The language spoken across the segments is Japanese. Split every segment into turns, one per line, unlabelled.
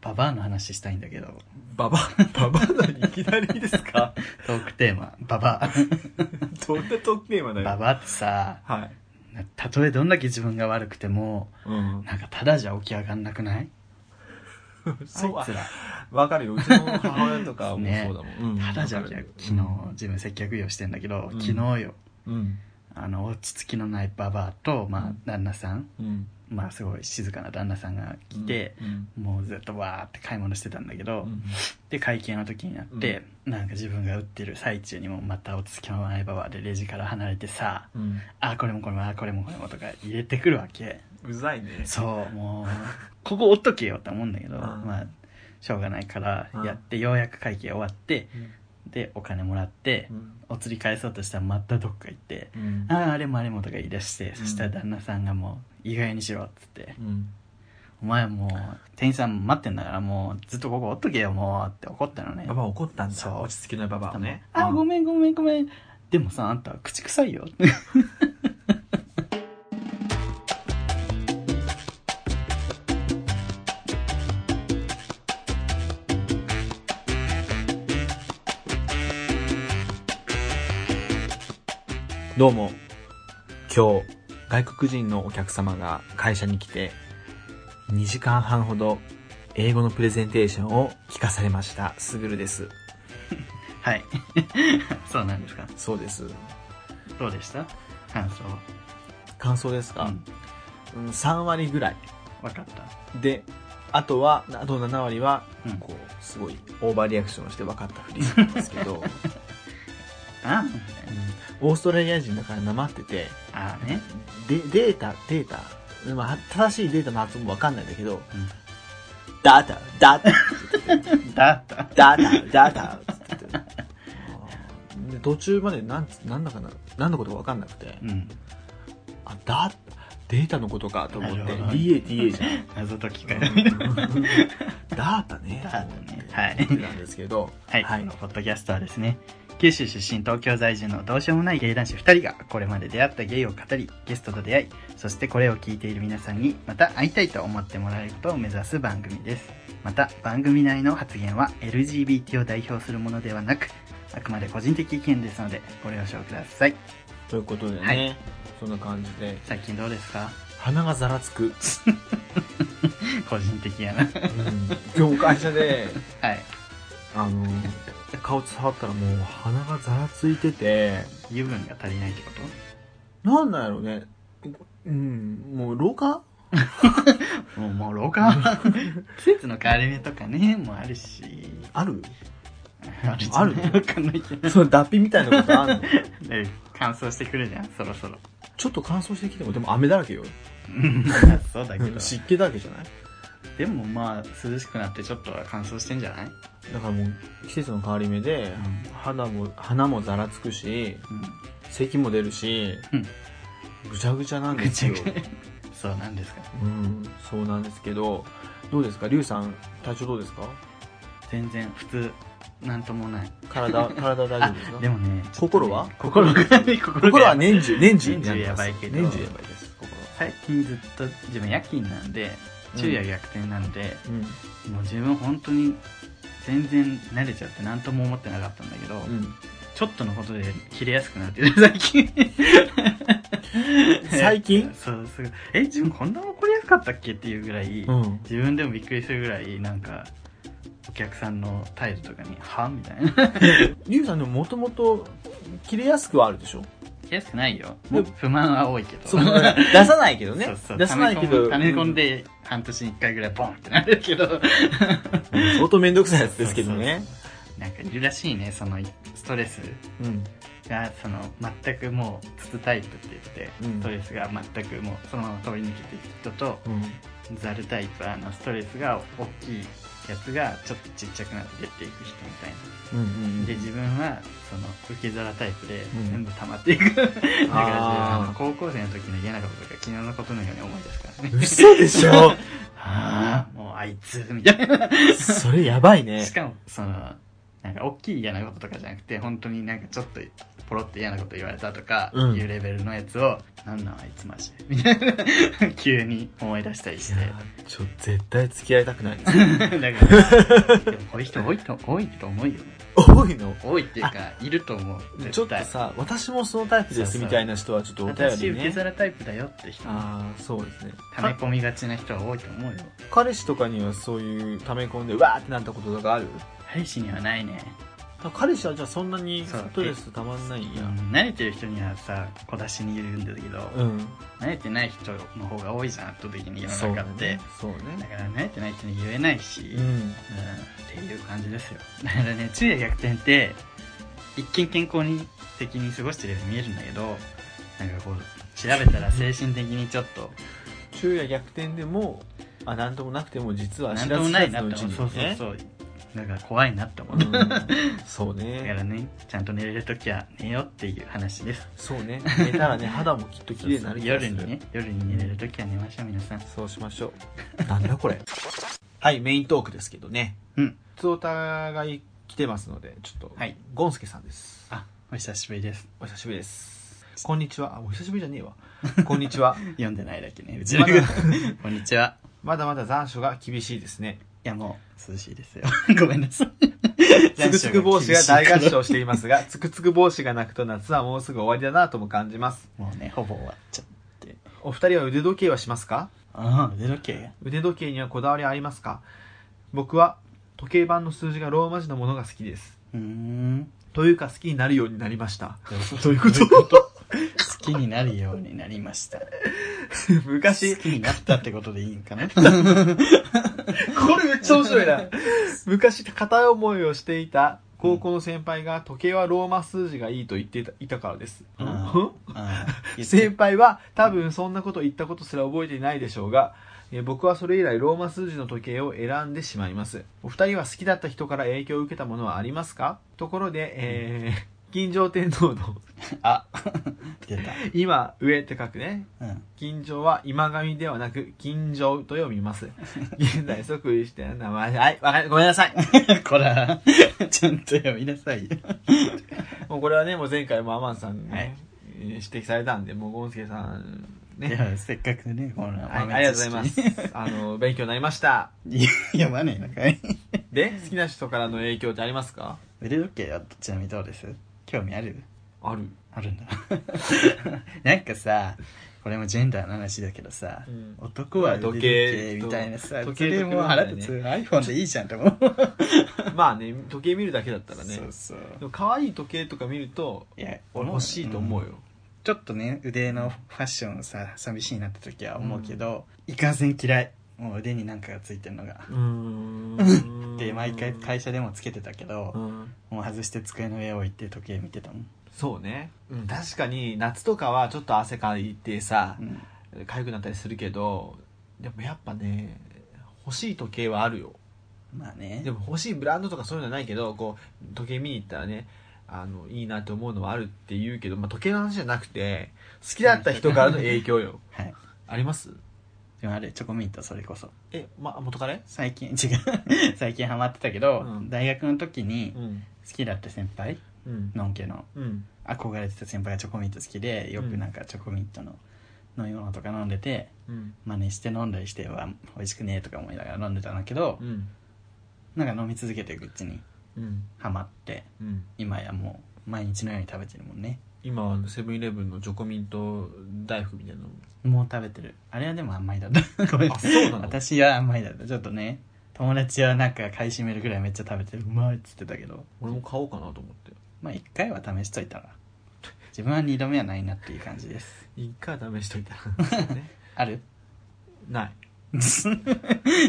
ババアの話したいんだけど、
ババ、ババアなにいきなりで すか
トークテーマ、ババ
どんなトークテーマ
ア。
だ
バ
よ。
バアってさ、
はい。
なたとえどんだけ自分が悪くても、
うん。
なんかただじゃ起き上がんなくない
そう、
あい
あ
つら、
わかるよ。うちの母親とかもそうだもん。うん
ただじゃ
わ
起
か
き上が
る
昨日、自分接客業してんだけど、
うん
昨日よ、
うん。
あの、落ち着きのないババアと、ま
う
あ
ん、
旦那さん、
うん。
まあ、すごい静かな旦那さんが来て、
うん、
もうずっとわーって買い物してたんだけど、
うん
で会計の時になって、なんか自分が売ってる最中にもまた落ち着きのないババアでレジから離れてさ
うん
あこれもこれもあこれもこれもとか入れてくるわけ
うざいね。
そうもうここ折っとけよって思うんだけど、
うん
まあしょうがないから
うん
やって、ようやく会計終わってでお金もらって、
うん。
お釣り返そうとしたらまたどっか行って
うん
「あああれもあれも」とか言い出して、
ん
そしたら旦那さんがもう「意外にしろ」っつって
うん。
「お前もう店員さん待ってんだからもうずっとここ折っとけよもう」って怒ったのね
ババア怒ったんだ。
そう
落ち着きないババアね。
あ、ご
ん。
めんごめんごめん。でもさ、あんた口臭いよ。
どうも。今日、外国人のお客様が会社に来て、2時間半ほど英語のプレゼンテーションを聞かされました。すぐるです。
はい。 そうなんですか。
そうです。
どうでした感想。
感想です
う
か、
ん
うん、?3 割ぐらい。
わかった。
で、あとは、あと7割は、
うん
こう、すごい、オーバーリアクションして分かったふりするんですけ ど、
あ
うんオーストラリア人だからなまってて、
あーね。
で、データ、データ、まあ、正しいデータの発音も分かんないんだけど、
うん
ダータ、ダータ、
だった。
ダータ、ダータって言ってて、で途中までなんつ、なんだかな、何のことか分かんなくて
う、ん。
あ、ダーデータのことかと思って、
なるほど
DATA じゃん。
謎解 きかよ。
ダータね。
ダータねはい
なんですけど。
はい、このポッドキャストはですね、九州出身東京在住のどうしようもないゲイ男子2人がこれまで出会ったゲイを語り、ゲストと出会い、そしてこれを聞いている皆さんにまた会いたいと思ってもらえることを目指す番組です。また番組内の発言は LGBT を代表するものではなく、あくまで個人的意見ですのでご了承ください。
ということでね、
はい
そんな感じで、
最近どうですか
鼻がざらつく。
個人的やな。
今日会社で、
はい。
あの、顔触ったらもう鼻がざらついてて、
油分が足りないってこと
なんだろうね。うん、もう廊下
もう、もう、老 化季節の変わり目とかね、もうあるし。
ある
あるじゃない
ある
わかんないけど。
その脱皮みたいなことあるの
で、乾燥してくるじゃん、そろそろ。
ちょっと乾燥してきても、でも雨だらけよ。
うん そうだけど。
湿気だらけじゃない
でもまあ、涼しくなってちょっとは乾燥してんじゃない
だからもう季節の変わり目で、
ん
肌も、鼻もざらつくし、
う
咳も出るし、
うん
ぐちゃぐちゃなん
ん。
で
ぐ
す
ちゃ
よ
ぐ。ちゃ。 そうなんですか。
うん、そうなんですけど、どうですか、リュウさん、体調どうですか
全然、普通、なんともない。
体、体大丈夫ですか
でもね、ちょっとね
心は
心が、心が。
心は年中、年中にな
年
り
中や
ます
ばいけど
年中やばいです、心は。
最近ずっと、自分夜勤なんで、昼夜逆転なんで、もう自分本当に、全然慣れちゃって何とも思ってなかったんだけど、
うん。
ちょっとのことで切れやすくなってる、 最近。
最近
そう、すごい。え、自分こんな怒りやすかったっけっていうぐらい、
うん。
自分でもびっくりするぐらい、なんか、お客さんの態度とかに、はみたいな。
リュウさんでももともと、切れやすくはあるでしょ
切れやすくないよ。
で
不満は多いけど。
そう、出さないけどね
そうそう。
出さないけど。
溜め込んで、半年に一回ぐらいボンってなるけど。
うん。相当めんどくさいやつですけどね。
なんかいるらしいね、そのストレス
うん。
が、その、全くもう、筒タイプって言って、
うん
ストレスが全くもう、そのまま通り抜けていく人と、
うん。
ザルタイプあのストレスが大きいやつがちょっとちっちゃくなって出ていく人みたいな
うんうん
で自分はその受け皿タイプで
ん
全部溜まっていく、 だから自分は
あー
高校生の時の嫌なこととか昨日のことのように思い出すからね
嘘でしょ
ああもうあいつみたいな
それやばいね
し。かもそのなんか大きい嫌なこととかじゃなくて本当になんかちょっとポロって嫌なこと言われたとか
うん
いうレベルのやつを「なんなんあいつマジで」みたいな 急に思い出したりして
やーちょ絶対付き合いたくないです
だからで もこういう人多いと多いと思うよ
多いの
多いっていうかいると思う
ちょ
絶
っと
対
さ私もそのタイプですみたいな人はちょっとお
私
便り
受け
ね
皿タイプだよって人
ああそうですね
溜め込みがちな人は多いと思うよ
彼氏とかにはそういう溜め込んでうわーってなったこととかある
彼氏にはないね
だから彼氏はじゃあそんなに
そう
ストレスたまんないん
いや
や
慣れてる人にはさ小出しに言うんだけど、
うん
慣れてない人の方が多いじゃん圧倒的に世の中って
そうね
だから慣れてない人に言えないし、
そう
うんっ
ね
ていう感じですよだからね昼夜逆転って一見健康に的に過ごしてるように見えるんだけどなんかこう調べたら精神的にちょっと
うん昼夜逆転でもあなんともなくても実は
なん
知
と
ら
も
ず知
な
ら
い
ず
な
の
っ
う
て
ち
思う
に
そうそう
ね
そうだから怖いなって思う、
うん
だか
そうね
らねちゃんと寝れる時は寝ようっていう話です
そうね寝たらね肌もきっと綺麗になる気がす
夜
る
にね夜に寝れる時は寝ましょう皆さん
そうしましょう。なんだこれ。はい、メイントークですけどね。
うん。
つおたが来てますので、ちょっと、
はい。
ゴンスケさんです。
あお久しぶりです
お久しぶ りです。こんにちは。あ、お久しぶりじゃねえわ。こんにちは。
読んでないだけねうちの方こんにちは
まだまだ残暑が厳しいで すね。
いやもう涼しいですよ ごめんなさい
つくつく帽子が大合唱していますが、つくつく帽子がなくと夏はもうすぐ終わりだなとも感じます。
もうねほぼ終わっちゃって
お二人は腕時計はしますか
ああ腕時計
腕時計にはこだわりありますか僕は時計盤の数字がローマ字のものが好きです。
うーん
というか好きになるようになり ました。
ど
どういうこと
好きになるようになりました
昔
好、きになったってことでいいんか な
これめっちゃ面白いな。昔、片思いをしていた高校の先輩が時計はローマ数字がいいと言っていたいたからです。
うん
ん
ああ
先輩は多分そんなこと言ったことすら覚えていないでしょうが、えー僕はそれ以来ローマ数字の時計を選んでしまいます。お二人は好きだった人から影響を受けたものはありますかところで、えー、金城天皇の
あ出た
今上って書くね、
うん
金城は今上ではなく、金城と読みます。現在即位してる名前。はい、わかりごめんなさい。
こらちゃんと読みなさいよ
もうこれはね、もう前回もアマンさんにね、
はい
えー指摘されたんで、もうゴンスケさん、
い
ね。
やせっかくねこの
はい、ありがとうございます。あの、勉強になりました。
いや読まねえのかい
で、好きな人からの影響ってありますか
腕時計はちなみにどうです興味ある
ある。
あるんだ なんかさこれもジェンダーの話だけどさ、
うん
男は腕時計
時計と
みたいなさ
時
そ
計と
れもう腹立つ、iPhone でいいじゃんと思う
まあね、時計見るだけだったらね
そ。うそう
でも可愛い時計とか見ると、
いや
俺欲しいと思うよ。
ちょっとね腕のファッションさ寂しいなって時は思うけど、いかんせん嫌いもう腕になんかがついてるのが
うーん。
で毎回会社でもつけてたけど
う、ん。
もう外して机の上置いて時計見てたもん、
そうね。うん、確かに、夏とかはちょっと汗かいてさ
う、ん
痒くなったりするけど、でもやっぱね、欲しい時計はあるよ。
まあね
でも欲しいブランドとかそういうのはないけどこう時計見に行ったらねあのいいなと思うのはあるって言うけど、まあ、時計の話じゃなくて好きだった人からの影響よ
はい
あります
でもあれチョコミントそれこそ
えま元彼
最近 違う最近ハマってたけど、
うん
大学の時に
うん
好きだった先輩
うん
のんけの
うん
憧れてた先輩がチョコミント好きでよくなんかチョコミントの飲み物とか飲んでて
うん
真似して飲んだりしては美味しくねえとか思いながら飲んでたんだけど
う、ん
なんか飲み続けていくうちに
うん
ハマって
うん
今やもう毎日のように食べてるもんね
今はあのセブンイレブンのチョコミント大福みたいなの
もう食べてるあれはでも甘いだった ごめん
あそうなの
私は甘いだったちょっとね友達はなんか買い占めるぐらいめっちゃ食べてるうまいっつってたけど
俺も買おうかなと思って
まあ一回は試しといたら自分は二度目はないなっていう感じです
一回は試しといたら、 ね、
ある
ない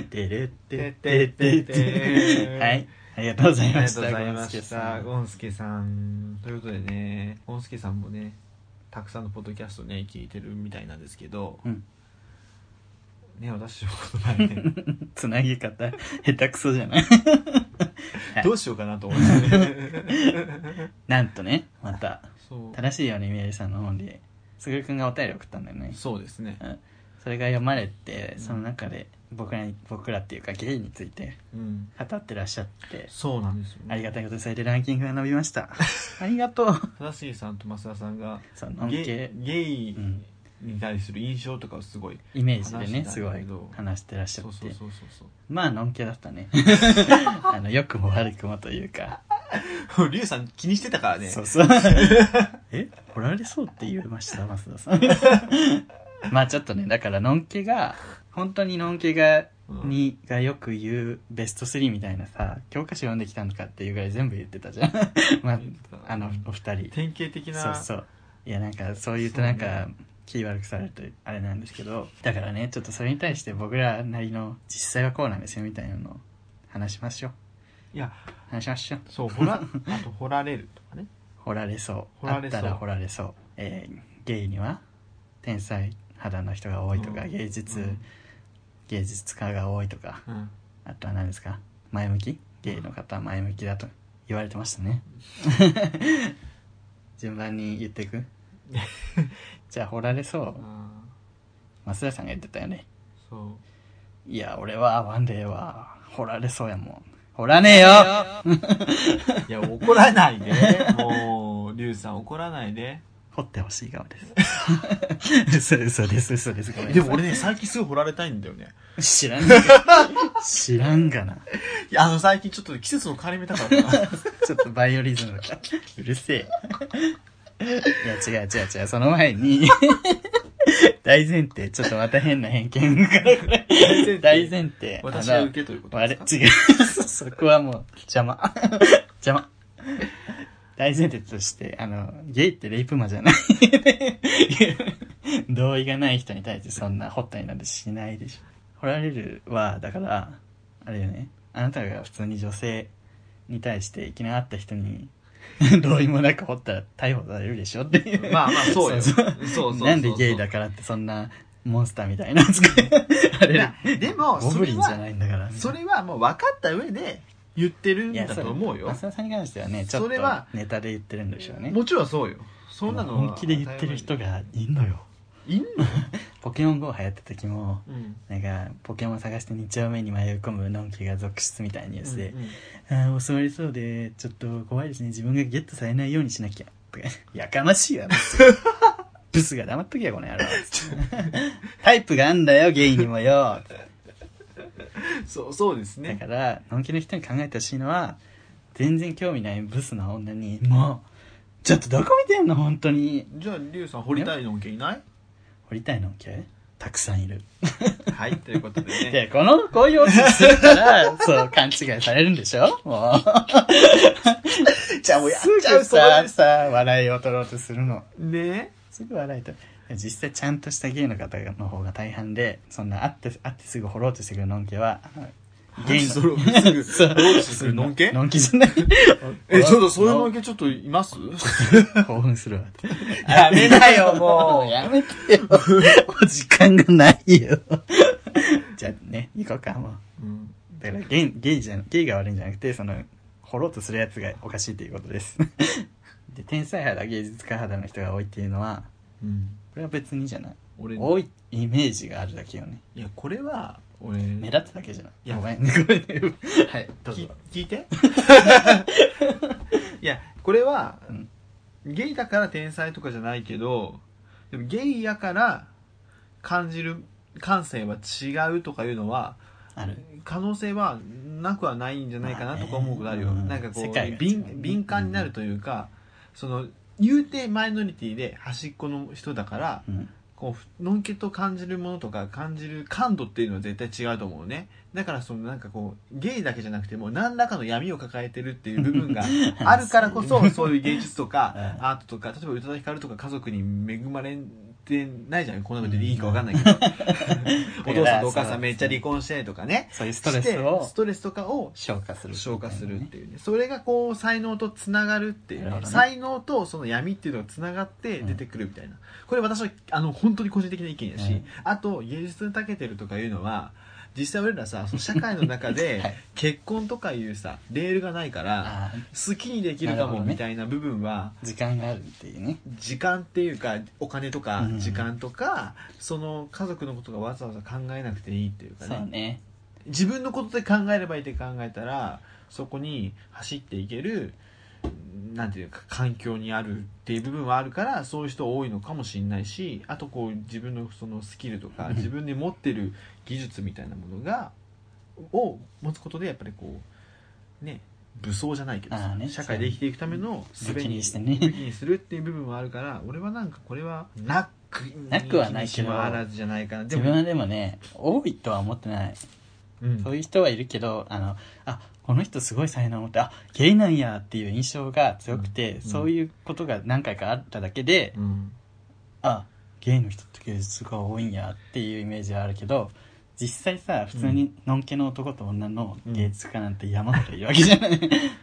てれってってってってはいありがとうござ
あ
い
り
ま
が
し
と
た
うござい
ゴ
ま
ンスケ
し
さ
た。
ん
ゴンスケさん。ということでね、ゴンスケさんもね、たくさんのポッドキャストね、聞いてるみたいなんですけど、
うん
ね、私もこの前 ね、
つなぎ方下手くそじゃない
どうしようかなと思って、
なんとねまた
そう。
正しいようにみやりさんの本で卓君がお便り送ったんだよね
そうですね。
それが読まれてその中で僕らに僕らっていうかゲイについて
うん、
語ってらっしゃって
そうなんですよ、ね、
ありがたいことにされてランキングが伸びましたありがとう
正しいさんと増田さんが
そのん
ゲ
け
イゲイ
うん
に対する印象とかをすごい、
イメージでね
話し
す
たん
ご
だ
い
けど
話してらっしゃっ
そうそう
て
そうそう
まあのんけだった ねあの良くも悪くもというか
そう リュウさん気にしてたからね
そう そうえおられそうって言いました増田さん まあちょっとねだからのんけが本当にのんけが
うん
にがよく言うベスト3みたいなさ教科書読んできたのかっていうぐらい全部言ってたじゃん まあ
言ってた
あのお二人
典型的
そう
な
そういやなんかそう言うとなんか
そう
気悪くされるとあれなんですけどだからねちょっとそれに対して僕らなりの実際はこうなんですよみたいなのを話しましょう
いや
話しましょう
そうほらあと掘られるとかね
掘られそう
掘られそう
あったら掘られそう、えーゲイには天才肌の人が多いとか、
うん
芸術、芸術家が多いとか
うん、うん
あとは何ですか前向きゲイの方は前向きだと言われてましたね 順番に言ってい くじゃあ掘られそう
あ
増田さんが言ってたよね
ーそう
いや俺はワンデーは掘られそうやもん掘らねえよ
いや、怒らないで。もう、リュウさん怒らないで。
掘ってほしい側です嘘嘘です嘘ですごめんなさい
でも俺ね、最近すぐ掘られたいんだよね。
知らんが知らんがない
や、あの、最近ちょっと季節の変わり目だからな。
ちょっとバイオリズムがうるせえいや違う違う違うその前に大前提ちょっとまた変な偏見からこれ大前提
私
あ
は
の
受けということ
あれ
ですか
違う そこはもう邪魔 邪魔大前提としてあのゲイってレイプマじゃない 同意がない人に対してそんな掘ったりなんてしないでしょ掘られるはだからあれよねあなたが普通に女性に対していきなり会った人に 同意もなく掘ったら逮捕されるでしょっていう
まあまあ、そうよ。
そ
そうう
そ
そううそうそう。
なんでゲイだからってそんなモンスターみたいな扱いあれ
いやでも
ゴブリン
そ
じ
れは
ゃないんだから
それはもう分かった上で言ってるん
い
だ
やそ
と思うよ
増。田さんに関してはねちょっ
そ
と
れは
ネタで言ってるんでしょうね
もちろんそうよ。そんなのは
本気で言ってる人がいんのよ
いんの
ポケモン GO 流行った時も
うん。
なんかポケモン探して2丁目に迷い込むのんきが続出みたいなニュースで
うんうん
「ああー襲われそうでちょっと怖いですね自分がゲットされないようにしなきゃ」とか「やかましいわ」ブスブスが黙っとけよこの野 郎タイプがあんだよゲイにもよ
そう、そうです
だ
ね。
から、のんきの人に考えてほしいのは、全然興味ないブスな女に、もう、ちょっとどこ見てんの本当に。
じゃあ、リュウさん掘りたいのんけいない
掘りたいのんきたくさんいる。
はい、ということでね。
で、この、こういうお話する から、そう、勘違いされるんでしょもう。
じゃあもうやっちゃう
すぐさ、さ、笑いを取ろうとするの。
ね
すぐ笑いと。実際ちゃんとした芸の方の方が大半で、そんな会って、会ってすぐ掘ろうとしてくるのんきは、芸の
それをす ぐ、
そう
どうするのんけ
のんきじゃない。
え、ちょっとそういうのんけちょっといます
興奮するわ。
やめなよもう
やめてよ。もう時間がないよ。じゃあね、行こうか、もう。
うん
だから、ゲイ、ゲイじゃん、ゲイが悪いんじゃなくて、その、掘ろうとするやつがおかしいということです。で、天才肌、芸術家肌の人が多いっていうのは、
うん。
これは別にじゃない。
俺、
多いイメージがあるだけよね。
いや、これは、俺、
目立つだけじゃない
いや
ごめん、ごめん。はい、どう
き
ぞ。
聞いて いや、これは
うん、
ゲイだから天才とかじゃないけど、でもゲイやから感じる感性は違うとかいうのは、
ある。
可能性はなくはないんじゃないかなとか思うことあるよ、
まあねうん
なんかこ
世界が違
う
う
敏敏感になるというか、その言うてマイノリティで端っこの人だから
うん。
こうのんけと感じるものとか感じる感度っていうのは絶対違うと思うねだからそのなんかこうゲイだけじゃなくても何らかの闇を抱えてるっていう部 分があるからこそそういう芸術とか
うん
アートとか例えば宇多田ヒカルとか家族に恵まれてないじゃんこんなことでいいか分かんないけど お父さんとお母さんめっちゃ離婚してとかね
そういうストレスを
してストレスとかを
消化する。
消化するっていうねそれがこう才能とつながるっていう、
なる
ね
ほどね
才能とその闇っていうのがつながって出てくるみたいな、これ私はあの本当に個人的な意見やし、
うん
あと芸術に長けてるとかいうのは実際俺らさその社会の中
は
で
い
結婚とかいうさレールがないから
あ
好きにできるか
なるほ
も
どね
みたいな部分は
ー時間があるっていうね
時間っていうかお金とか
うん
時間とか、その家族のことがわざわざ考えなくていいっていうか
そう
ね
ね
自分のことで考えればいいって考えたらそこに走っていけるなんていうか環境にあるっていう部分はあるからそういう人多いのかもしれないしあとこう自分のそのスキルとか
うん
自分で持ってる技術みたいなものがを持つことでやっぱりこうね武装じゃないけど
あ
さ、
ーね
社会で生きていくための
武器にしてね
武器にするっていう部分はあるから俺はなんかこれはなく
なくはないけど
にしもあらずじゃないかな
自
でも
分はでもね多いとは思ってない
うん
そういう人はいるけどあのあこの人すごい才能を持ってあゲイなんやっていう印象が強くて、
うん
そういうことが何回かあっただけで、
うん
あゲイの人って芸術が多いんやっていうイメージはあるけど実際さ普通にのんけの男と女の芸術家なんて山ほどいるわけじゃ ない、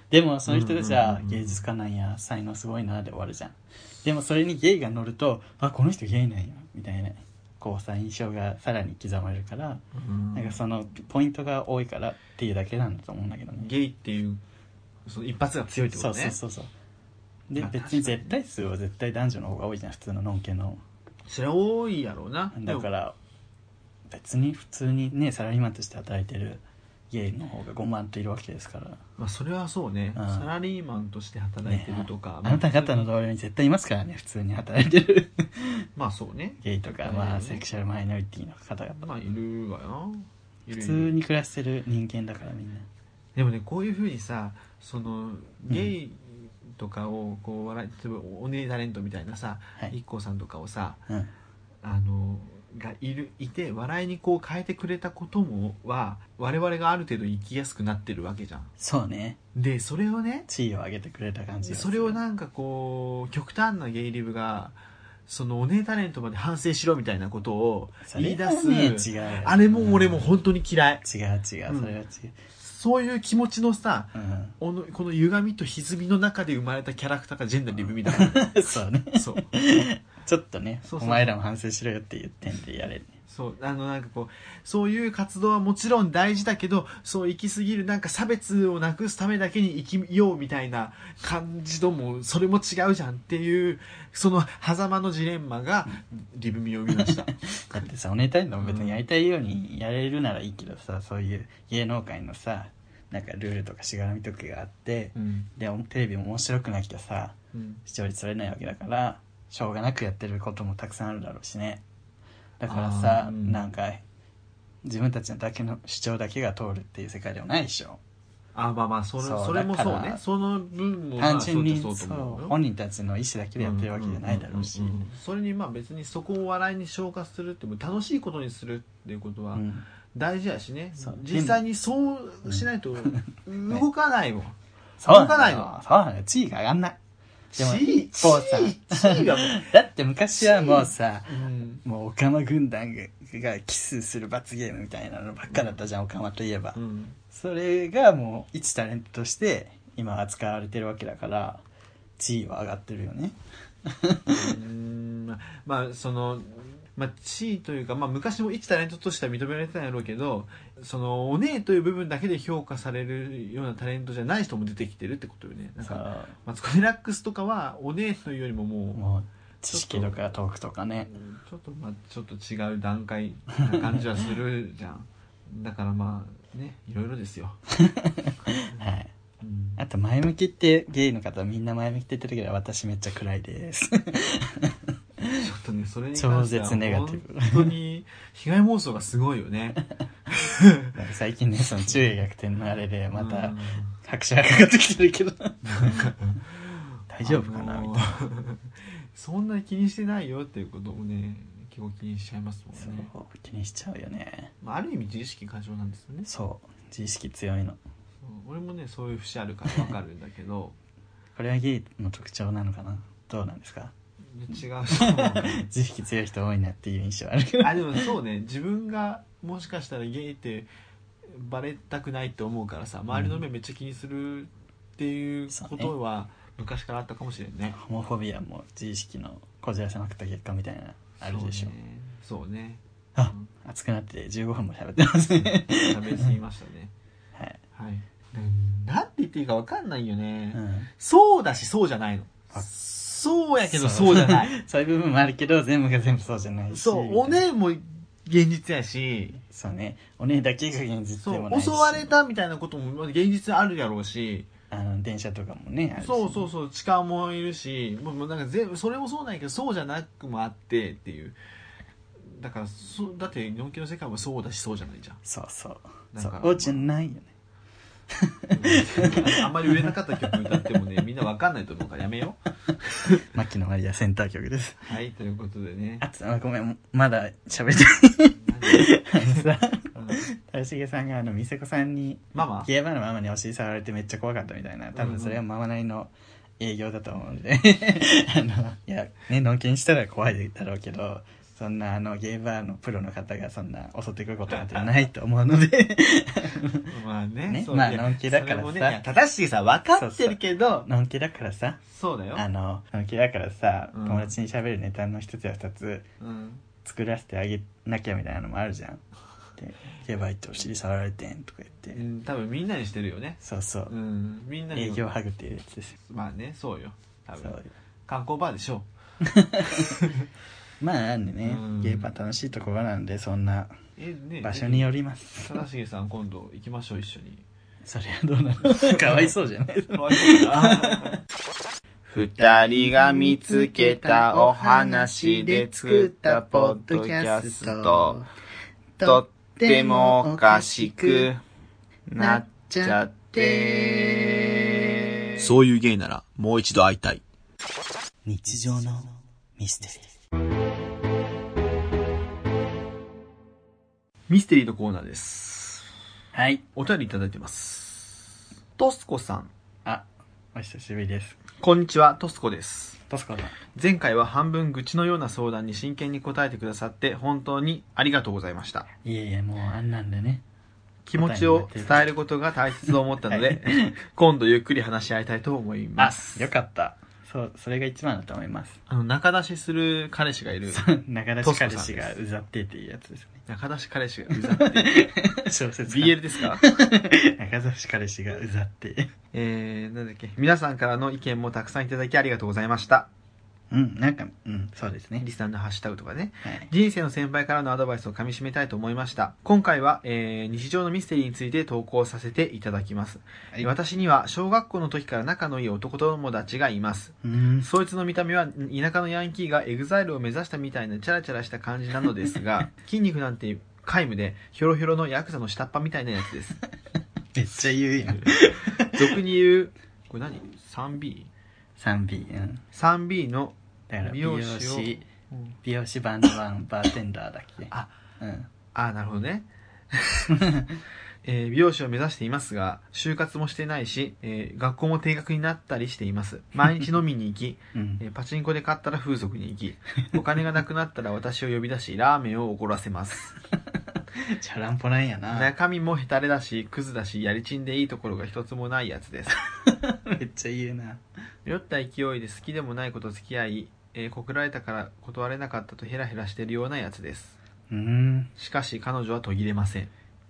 でもそういう人たち
うんうん
は
うんうん
芸術家なんや才能すごいなで終わるじゃんでもそれにゲイが乗るとあこの人ゲイなんやみたいなこうさ印象がさらに刻まれるからなんかそのポイントが多いからっていうだけなんだと思うんだけどね
ゲイっていうその一発が強いってこ
そ
と
う
ね
そうそうそうで
まあ
別に絶対数は絶対男女の方が多いじゃん普通ののんけの
それは多いやろうな
だから別に普通にねサラリーマンとして働いてるゲイの方が5万といるわけですから
まあ、それはそうね、
うん
サラリーマンとして働いてるとか、
あなた方の同僚に絶対いますからね普通に働いて る
まあそうね
ゲイとか、まあ、セクシャルマイノリティの方々
まあいるわよい
普
るいる
通に暮らしてる人間だからみんな
でもねこういうふうにさそのゲイとかをこう笑い例えばお姉タレントみたいなさ
は
i
い、
k さんとかをさ
うん、
あのがいるいて笑いにこう変えてくれたこともは我々がある程度生きやすくなってるわけじゃん
そうね
でそれをね
地位を上げてくれた感じがす
そ
る
れをなんかこう極端なゲイリブがそのお姉タレントまで反省しろみたいなことを
それ
言い出
は
す、
ね違う
あれも俺も本当に嫌い
違う違うそれは違う、
そういう気持ちのさ
うん
このこの歪みと歪みの中で生まれたキャラクターがジェンダーリブみたい な
そうね
そう
ちょっとね
そうそう
お前らも反省しろよっていう点でやれるね
そうあのなんかこうそういう活動はもちろん大事だけどそう行き過ぎるなんか差別をなくすためだけに生きようみたいな感じともそれも違うじゃんっていうその狭間のジレンマがリブミを生みました
だってさお姉たいのも別にやりたいようにやれるならいいけどさそういう芸能界のさなんかルールとかしがらみとかがあって
うん、
でテレビも面白くなきゃさ
うん、
視聴率取れないわけだからしょうがなくやってることもたくさんあるだろうしねだからさ、
あーうん
なんか自分たちのだけの主張だけが通るっていう世界ではないでしょ
あまあまあそれ
そう
それも
だ
そ
か
う
ら
ねその分もまあ
単純に
そう
そ
だと思
う
よ
本人たちの意思だけでやってるわけじゃないだろうし
んんんんそれにまあ別にそこを笑いに消化するっても楽しいことにするっていうことは
うん
大事やしね、
そう
実際にそうしないと 動かないもん、
そうな
動か
の
ない
よ
の
そうなのよ地位が上がんない
地
でも
位地
こうさ
位地位がも
だって昔はもうさ
う、うん
もうオカマ軍団がキスする罰ゲームみたいなのばっかだったじゃん、オカマといえば、
うん、
それがもう一タレントとして今扱われてるわけだから地位は上がってるよね
うんまあまあその、まあ、地位というか、まあ、昔も一タレントとしては認められてたんやろうけどそのお姉という部分だけで評価されるようなタレントじゃない人も出てきてるってことよねなんか
さ
マツコ・デラックスとかはお姉というよりももう、
あもう知識とかトークとかね
ちょっとまあちょっと違う段階な感じはするじゃんだからまあねいろいろですよ、
はい
うん
あと前向きってゲイの方はみんな前向きって言ってるけど私めっちゃ暗いです
ちょっとねそれに関しては
超絶ネガティブ
本当に被害妄想がすごいよね
なんか最近ねその昼夜逆転のあれで ま
う
た
ん
拍車がかかってきてるけ ど大丈夫か
あ
なみ
の
たいな
そんなに気にしてないよっていうこともね結構気にしちゃいますも
そ
んね、
う気にしちゃうよね
まあ、ある意味自意識過剰なんですよね
そう自意識強いの
うん俺もねそういう節あるからわかるんだけど
これはゲイの特徴なのかなどうなんですか
違うと思う
自意識強い人多いなっていう印象あるけど
あでもそうね自分がもしかしたらゲイってバレたくないって思うからさ周りの目めっちゃ気にするっていうことは昔からあったかもしれんね
ホモフォビアも自意識のこじらせまくった結果みたいなあるでしょ
そうねそうね
ああ熱くなって15分も喋ってますね
食べ過ぎましたね。
はい、
はい。うんなんて言っていいかわかんないよね。
うん、
そうだし、そうじゃないの
あ。
そうやけど、そうじゃない。
そういう部分もあるけど全部が全部そうじゃないし
そう、おねえも現実やし、
そうねおねだけが現実
そ
でも
う
な、いし
襲われたみたいなことも現実あるやろうし、
あの電車とかもねあるし
そうそうそう、痴漢もいるし、もうもうなんか全部、それもそうなんやけど、そうじゃなくもあってっていう。だから、そう、だって、のんきの世界もそうだし、そうじゃないじゃん。
そうそう
なんか
そうじゃないよね
あんまり売れなかった曲歌ってもね、みんなわかんないと思うからやめよう。
牧野マリアセンター曲です
はい、ということでね
あ。とあごめんまだ喋って ないさ
何
谷重さんがあの店子さんに
ママ
ゲーバーのママにお尻触られてめっちゃ怖かったみたいな多分それはママなりの営業だと思うんで あのいやねのんきにしたら怖いだろうけどそんなあのゲーバーのプロの方がそんな襲ってくることなんてないと思うの で
まあね、
ね
そう
まあ
いや
のんきだからさ
それもねいや正しいさ、分かってるけど、
のんきだからさ
そうだよ。
あののんきだからさ
うん
友達に喋るネタの一つや二つ
うん。
作らせてあげなきゃみたいなのもあるじゃんでゲーバー行ってお尻触られてんとか
う
言って
ん多分みんなにしてるよね。、
そうそううん
みんなに。
営業ハグっていうやつですよ
まあね、そうよ。多
そう
分。観光バーでしょ。
まあなんでね
うん
ゲーバー楽しいところなんでそんな
え、ね
場所によ
り。
ります
正成さん今度行きましょう、一緒に。
それはどうなの かわいそうじゃない
二人が見つけたお話で作ったポッドキャスト。とってもおかしくなっちゃって。
そういうゲイなら、もう一度会いたい。
日常のミステリー
ミステリーのコーナーです。
はい
お便りいただいてます。トスコさん。
あお久しぶりです
こんにちは、トスコです。
トスコさん
前回は半分愚痴のような相談に真剣に答えてくださって本当にありがとうございました
いやいやもうあんなんでね
気持ちを伝えることが大切と思ったので、 今度ゆっくり話し合いたいと思いま
あ
す
よかったそうそれが一番だと思います
あの仲出しする彼氏がいる
そう中出
ト
し
スコさん
彼
です
氏がうざってっていうやつですね
仲出し彼氏がう ざって
小説家
BL ですか
中出し彼氏がうざって
えー、なんだっけ皆さんからの意見もたくさんいただきありがとうございました
うんなんかうんそうですね
リスナーのハッシュタグとかね
はい
人生の先輩からのアドバイスを噛み締めたいと思いました今回は、えー日常のミステリーについて投稿させていただきます、
はい
私には小学校の時から仲のいい男友達がいます
うん
そいつの見た目は田舎のヤンキーがエグザイルを目指したみたいなチャラチャラした感じなのですが筋肉なんて皆無でヒョロヒョロのヤクザの下っ端みたいなやつです
めっちゃ言うやん
俗に言うこれ何 3B?3B
3B うん
の、
だから美
美
容
容
師
師を
美容師バンドワンバーテンダーだっけ
あ
うん
ああ、なるほどね。 えー美容師を目指していますが、就活もしてないし、えー学校も定額になったりしています。毎日飲みに行き、
うん
えーパチンコで買ったら風俗に 行き、お金がなくなったら私を呼び出し、ラーメンを怒らせます。
チャランポなんやな
中身もヘタレだし、クズだし、やりちんでいいところが一つもないや つです。
めっちゃ言うな
酔った勢いで好きでもないこと付き合い、えー告られたから断れなかったとヘラヘラしてるようなやつです。
うん
しかし彼女は途切れません。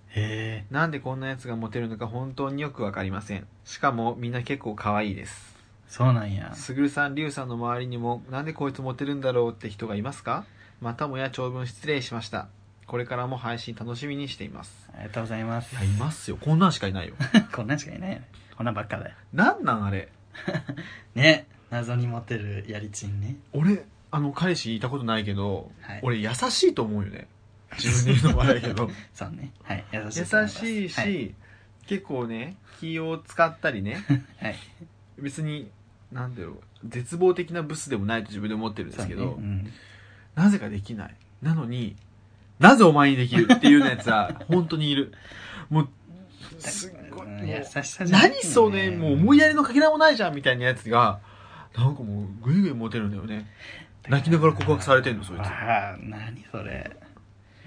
へえ
なんでこんな奴がモテるのか本当によくわかりません。しかもみんな結構可愛いです。
そうなんや
すぐるさん、りゅうさんの周りにもなんでこいつモテるんだろうって人がいますかまたもや長文失礼しました。これからも配信楽しみにしています。
ありがとうございます
いや、いますよ。こんなんしかいないよ。
こんなんしかいないよねこんなんばっかだよ
なんなんあれ。
ね謎にモテるやりちんね
俺、あの、彼氏いたことないけど、
はい
俺優しいと思うよね。自分で言うのもあれだけど。
そうねはい優しいと思
優
ます
しいし、
はい
結構ね、気を使ったりね。
はい
別に何だろう絶望的なブスでもないと自分で思ってるんですけ
そ
ど、
うねうん
なぜかできないなのになぜお前にできるっていうようなや つは本当にいるもうすっごい
うん
もう
優しさじゃない
何それもう思いやりのかけらもないじゃんみたいなやつがなんかもうグイグイモテるんだよね泣きながら告白されてんのそいつ
ああ何それ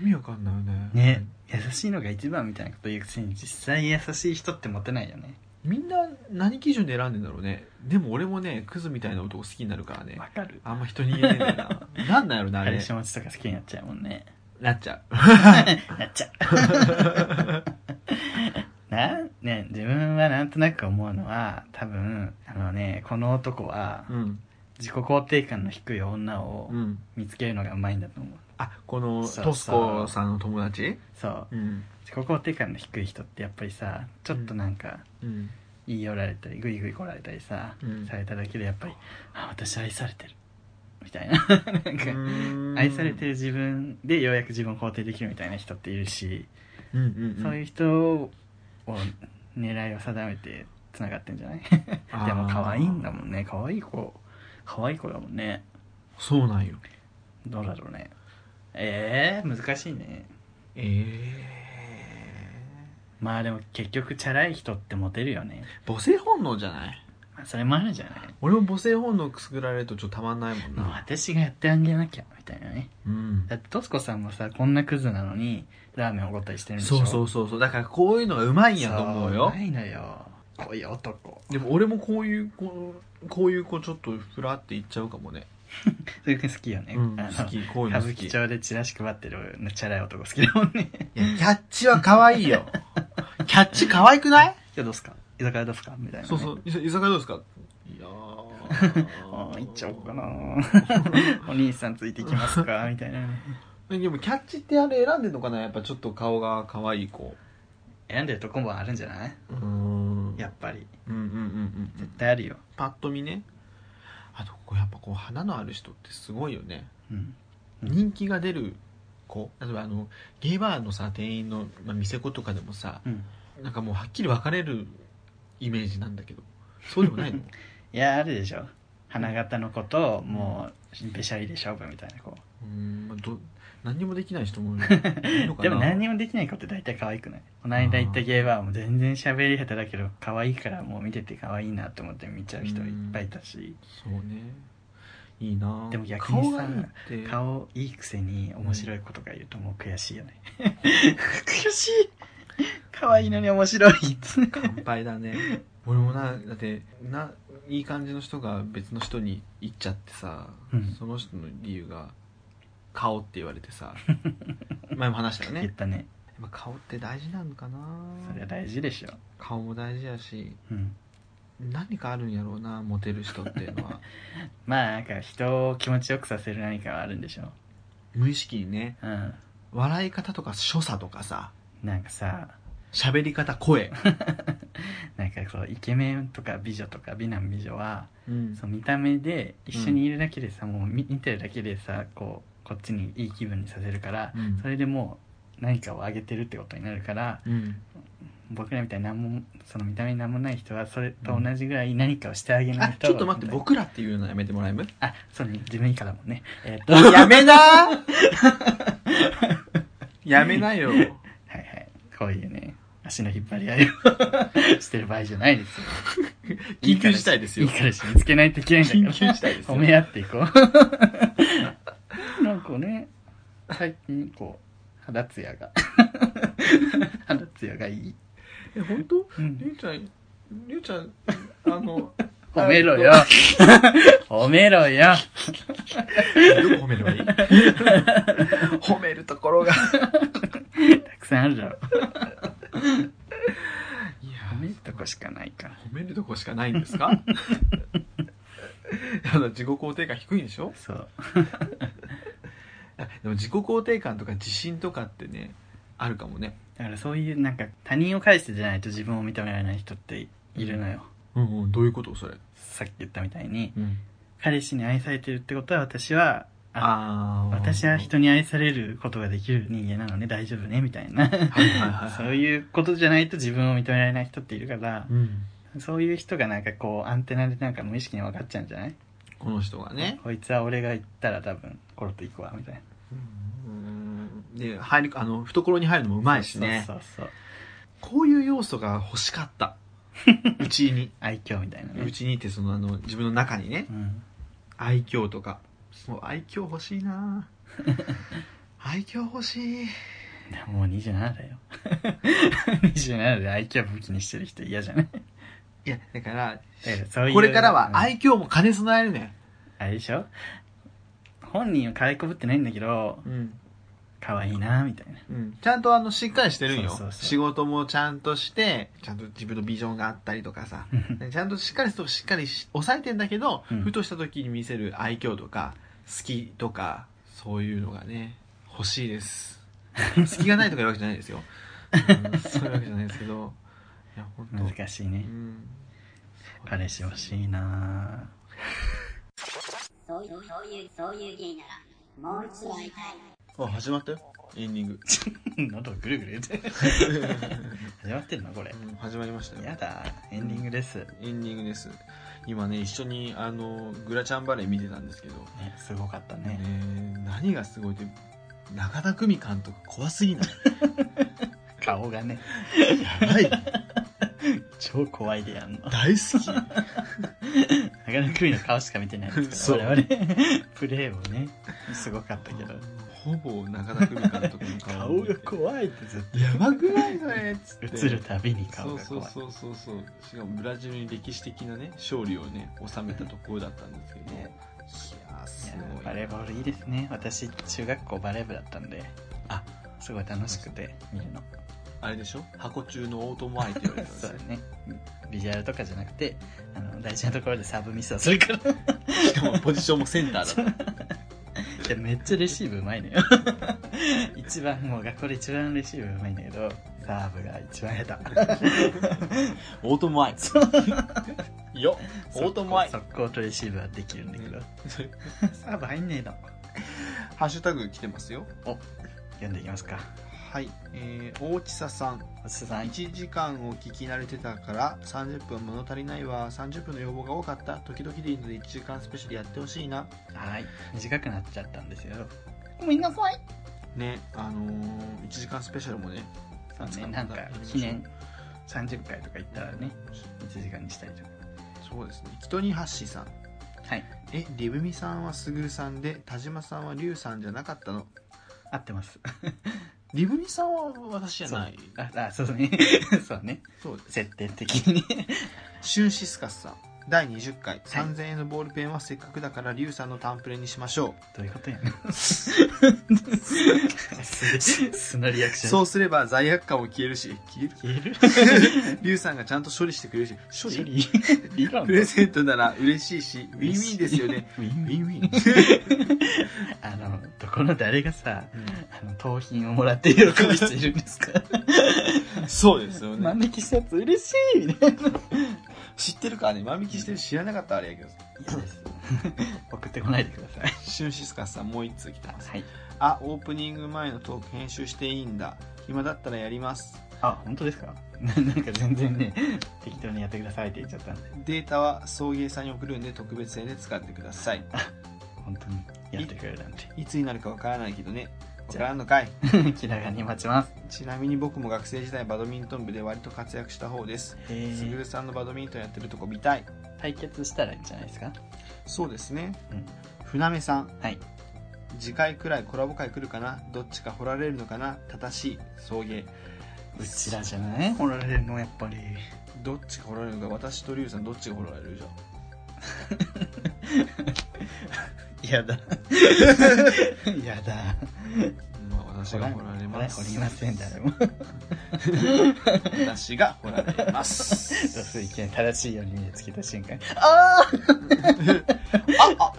意味わかんないよね
ね優しいのが一番みたいなこと言うくせに実際優しい人ってモテないよね
みんな何基準で選んでんだろうねでも俺もねクズみたいな男好きになるからね
わかる
あんま人に言えねえんだよななんなんやろなあれ
彼氏持ちとか好きになっちゃうもんね
うなっちゃう。
なっちゃう。な、ね、自分はなんとなく思うのは、多分、あのね、この男は、
うん。
自己肯定感の低い女を
うん。
見つけるのがうまいんだと思う。
あ、この、
そう
トスコさんの友達
そう。
うん。
自己肯定感の低い人ってやっぱりさ、ちょっとなんか、
うん。
言い寄られたり、ぐいぐい来られたりさ、
うん
されただけでやっぱり、あ、私愛されてる。みたいな。なんか、愛されてる自分でようやく自分を肯定できるみたいな人っているし、
うんうんうん。
そういう人を狙いを定めて繋がってんじゃない
あー
でも可愛いんだもんね可愛い子可愛い子だもんね
そうなんよ。
どうだろうねえー、難しいね
え
まあでも結局チャラい人ってモテるよね
え母性本能じゃない
まあそれもあるんじゃない
俺も母性本能くすぐられるとちょっとたまんないもん
もう
な。
私がやってあげなきゃみたいなね
うん。
だってトスコさんもさこんなクズなのにラーメンおごったりしてるんでしょ
そうそううそうそう。だからこういうのがうまいんやと思うよ
な。いのよこういう男
でも俺もこういう子、こういう子ちょっとふらっていっちゃうかもね。
それ好きよね、
うん、
あの
好き、こういう
歌
の
舞
好き。
伎
いや、
町でチラシ配ってるチャラい男好きだもん ね。
キャッチは可愛いよ。 キャッチ可愛くない
今日どうすか居酒屋どうすかみたいな、ね。
そうそう。居酒居酒屋どうですかいやー
あ ー行っちゃおうかなお兄さんついてきます かみたいなね。
でもキャッチってあれ選んでんのかなやっぱちょっと顔が可愛い子。
選んでるとこもあるんじゃない
うん。
やっぱり。
うんうんうんうんう
絶
ん。
対あるよ。
パッと見ね。あと、こうやっぱこう、花のある人ってすごいよね。
うん。
人気が出る子。例えばあの、ゲイバーのさ、店員の、まあ、店子とかでもさ、
うん。
なんかもうはっきり分かれるイメージなんだけど。そうでもないの
いや、あるでしょ。花形の子と、もう、べしゃりで勝負みたいな子。
うん、まあど、何にもできない人も いるのか
で
な。
も何にもできない子って大体可愛くないこの間行ったゲーバーも全然喋り下手だけど、可愛いからもう見てて可愛いなと思って見ちゃう人いっぱいいたし、
そうね。いいな
でも逆にさ
顔がいいって
顔いいくせに面白い子とかいるともう悔しいよね。悔しい可愛いのに面白い
乾杯だね俺もなだってないい感じの人が別の人に行っちゃってさ、
うん
その人の理由が顔って言われて さ前も話したよ ね
言
や
っ
った
ね。
ぱ顔って大事なのかな
それは大事でしょ。
顔も大事やし
うん。
何かあるんやろうなモテる人っていうのは
まあなんか人を気持ちよくさせる何かはあるんでしょ。
無意識にね
うん。
笑い方とか所作とかさ
なんかさ、
喋り方声、
なんかそう、イケメンとか美女とか美男美女は、
うん
そう見た目で一緒にいるだけでさ、もう見見てるだけでさこうこっちにいい気分にさせるから、
うん
それでもう何かをあげてるってことになるから
うん
僕らみたいに何もその見た目に何もない人はそれと同じぐらい何かをしてあげな
あ
いと、
ちょっと待って僕らっていうのやめてもらえむ
あそうね自分以下だもん ねえーっとはい
やめな やめなよ
はいこういうね足の引っ張り合いを してる場合じゃないですよ
緊急事態ですよ
いい彼氏見つけないといけないんだから
緊急事態ですよ
褒め合っていこ うなんかね最近こう肌ツ ヤが肌ツヤがいい、
え本当
うん、
りゅうちゃんりゅうちゃんあ の
褒めろよ褒めろよ
どこ褒めれば いい褒めるところが
たくさんあるだろ
いや
褒めるとこしかないから
褒めるとこしかないんです かあの自己肯定感低いでしょ
そう
あでも自己肯定感とか自信とかってねあるかもね
だからそういうなんか他人を介してじゃないと自分を認められない人っているのよ、
うん、うん、どういうことそれ、
さっき言ったみたいに
うん、
彼氏に愛されてるってことは私はあ
あー
私は人に愛されることができる人間なのね大丈夫ねみたいな
はいはいはい
そういうことじゃないと自分を認められない人っているから、
うん、
そういう人がなんかこうアンテナでなんか無意識に分かっちゃうんじゃない
この人がね
こいつは俺が行ったら多分コロッと行くわみたいな。
うんで入りあの懐に入るのもうまいしね
そうそうそう。
こういう要素が欲しかった うちに
愛嬌みたいな
う
ね。
ちにってそのあの自分の中にね
うん。
愛嬌とかもう愛嬌欲しいな愛嬌欲しい
でももう27だよ。27で愛嬌武器にしてる人嫌じゃない
いやだから
だからそういう
これからは
うん
愛嬌も兼ね備えるね
あれでしょ本人は可愛いこぶってないんだけど、
うん
可愛いなみたいな。
うん、ちゃんとあの、しっかりしてるんよ
そうそうそう
仕事もちゃんとして、ちゃんと自分のビジョンがあったりとかさ、ちゃんとしっかりとしっかりし抑えてんだけど、
うん
ふとした時に見せる愛嬌とか、好きとか、そういうのがね、欲しい です。好きがないとかいうわけじゃないですよ。うんそういうわけじゃないですけど、いや、本当
難しいね
う。ん。
彼氏欲しいな
そういう、そういう、そういう芸なら、もう一度会いたい。
あ、始まったよ。エンディン グ。
喉ぐるぐる言って。始まってんのこれ。
うん、始まりましたよ。
やだ、エンディングです。ね、
エンディングです。今ね、一緒に、あの、グラチャンバレー見てたんですけど、
すごかったね。
ねえ何がすごいって中田久美監督怖すぎない
顔がね、
やばい
超怖いでやんの。
大好き
中野久美の顔しか見てないです
そう
から、我々、プレーをね、 すごかったけど。
ほぼ中田久美監督の顔
顔が怖いってずっ
やばくないそれっつって
と映るたびに
そ
顔
う
が
そう
怖い。
そうそうそうしかもブラジルに歴史的なね勝利をね収めたところだったんですけどいや
ね
ー
い
す
や
ごい
バレーボールいいですね私中学校バレー部だったんで
あ
すごい楽しくて見るの
あれでしょ箱中の大友愛って言われてたんです
そう
よ
だねビジュアルとかじゃなくてあの大事なところでサーブミスをするから
しかもポジションもセンターだっ
いやめっちゃレシーブうまいのよ 一番もう学校で一番レシーブうまいんだけどサーブが一番下手
た大友愛よ大友愛
速攻とレシーブはできるんだけど、サーブ入んねえの
ハッシュタグ来てますよ
読んでいきますか
はい、えー、大地佐さん
おつさん
1時間を聞き慣れてたから30分物足りないわ30分の要望が多かった時々でいいので1時間スペシャルやってほしいな
はい短くなっちゃったんですよごめんなさい
ねあのー、1時間スペシャルもね
そうねなんか記念30回とか行ったらね1時間にしたいと
そうですね人にハッシーさん
はい
えリブミさんはスグルさんで田島さんはリュウさんじゃなかったの
合ってます
リブミさんは私じゃない
ああそう ねそうね
そうです
設定的にね
シュンシスカスさん第20回、3000円のボールペンはせっかくだからリュウさんのタンプレにしましょう
どういうことやねんす素のリアクション
そうすれば罪悪感も消えるし、消える
消える
リュウさんがちゃんと処理してくれるし、処
処
理
理理論
プレゼントなら嬉しいし、ウィンウィンですよね。
ウィン
ウ
ウィン
ィンウィン。
あのどこの誰がさあの盗品をもらって喜ぶ人いるんです か
そうですよ
万
ね。
引きしたやつ嬉しいみたいな
知ってるからね、万引きしてる知らなかったらあれやけど。
嫌です送ってこないでください
シュンシスカスさんもう一通来てます。
はい
あ、オープニング前のトーク編集していいんだ。暇だったらやります。
あ本当ですかななんか全然ね適当にやってくださいって言っちゃったんで
データは送迎さんに送るんで特別編で使ってください。
本当にやってくれるなんて
いつになるかわからないけどね。わからんのかい。
気長に待ちます
ちなみに僕も学生時代バドミントン部で割と活躍した方です。すぐ
え
るさんのバドミントンやってるとこ見たい。
対決したらいいんじゃないですか
そうですね。
うん
船目さん、
はい
次回くらいコラボ会来るかなどっちか掘られるのかな正しい、送迎。
うちらじゃない掘られるのやっぱり
どっちか掘られるのか、私とリュウさんどっちが掘られるじゃん。
や だやだ
まあ私が掘られます。
掘りません誰も
私が掘られま す。
そうそう意見正しいように見つけた瞬間
あ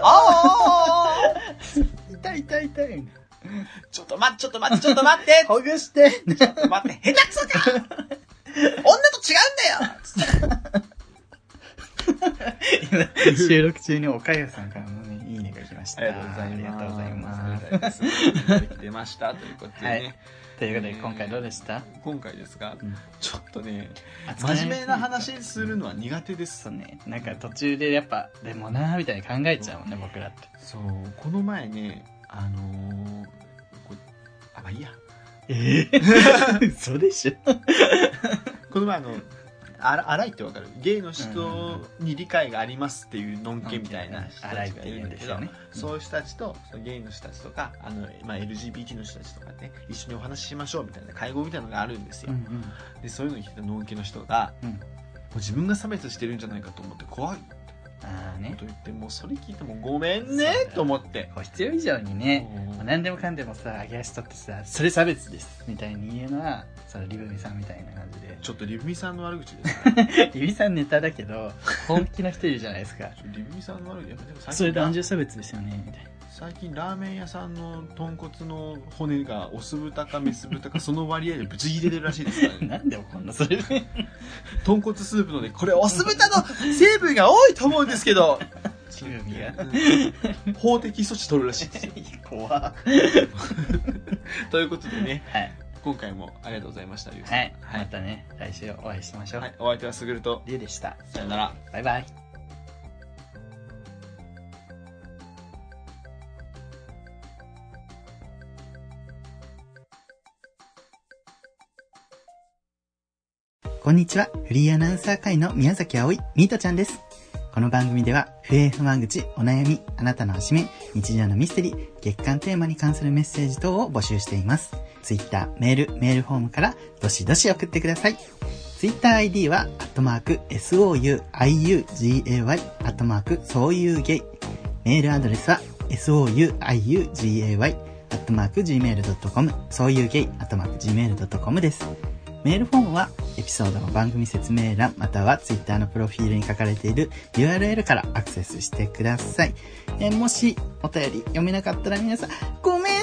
あ
痛い痛い痛 い
ーちょっと待って、ちょっと待って、ちょっと待 って
ほぐして
ちょっと待って、下手くそ か女と違うんだよつって
今収録中におかゆさんからのねいいねが来ました
ありがと
ありがと
うございます。
うございます
す。出ましたということでね、
はいということで今回どうでした、
今回ですが、
うん
ちょっとね、
扱い
真面目な
すぎ
話
た
するのは苦手です
そうねなんか途中でやっぱでもなーみたいに考えちゃうもんね僕らって
そうこの前ねあのーこあまあいいや
ええ 嘘でしょ
この前あのあら荒いってわかるゲイの人に理解がありますっていうのんけみたいな人
荒
た
い
ち
っ
が
て
い
言
る
うんん
だ
で
け
す
ど
よね
そういう人たちとそのゲイの人たちとかあの、まあ、LGBT の人たちとかね一緒にお話ししましょうみたいな会合みたいなのがあるんです
う
よ、
んうん
でそういうのに来てたのんけの人が、
うん
もう自分が差別してるんじゃないかと思って怖い
ああね
と言ってもうそれ聞いてもごめんねと思って
こう必要以上にね、
うん
もう何でもかんでもさ揚げ足取ってさそれ差別ですみたいに言うのはそのリブミさんみたいな感じで
ちょっとリブミさんの悪口ですね
リブミさんネタだけど本気の人いるじゃないですか
ちょっとリブミさんの悪口やっぱでも 最
それ
近ラ
男女差別ですよねみたいな
最近ラーメン屋さんの豚骨の骨がオス豚かメス豚かその割合でブチ切れてるらしいです からね
なんで怒んのそれで
豚骨スープのねこれオス豚の成分が多いと思うんですけ ど
チューミが
うん法的措置取るらし いですよ
怖は
ということでね
い、
今回もありがとうございましたリュウさん
はい、またね来週お会いしましょう、
はい、お相手はすぐると
リュウでした
さよなら
バイバイこんにちは。フリーアナウンサー会の宮崎葵、ミートちゃんです。この番組では、不平不満口、お悩み、あなたのおしめ、日常のミステリー、月間テーマに関するメッセージ等を募集しています。ツイッター、メール、メールフォームから、どしどし送ってください。ツイッター ID は、アットマーク、souiugay、アットマーク、そういうゲイ。メールアドレスは、souiugay、アットマーク、gmail.com、そういうゲイ、アットマーク、gmail.com です。メールフォームは、エピソードの番組説明欄、またはツイッターのプロフィールに書かれている URL からアクセスしてください。えーもし、お便り読めなかったら皆さん、ごめん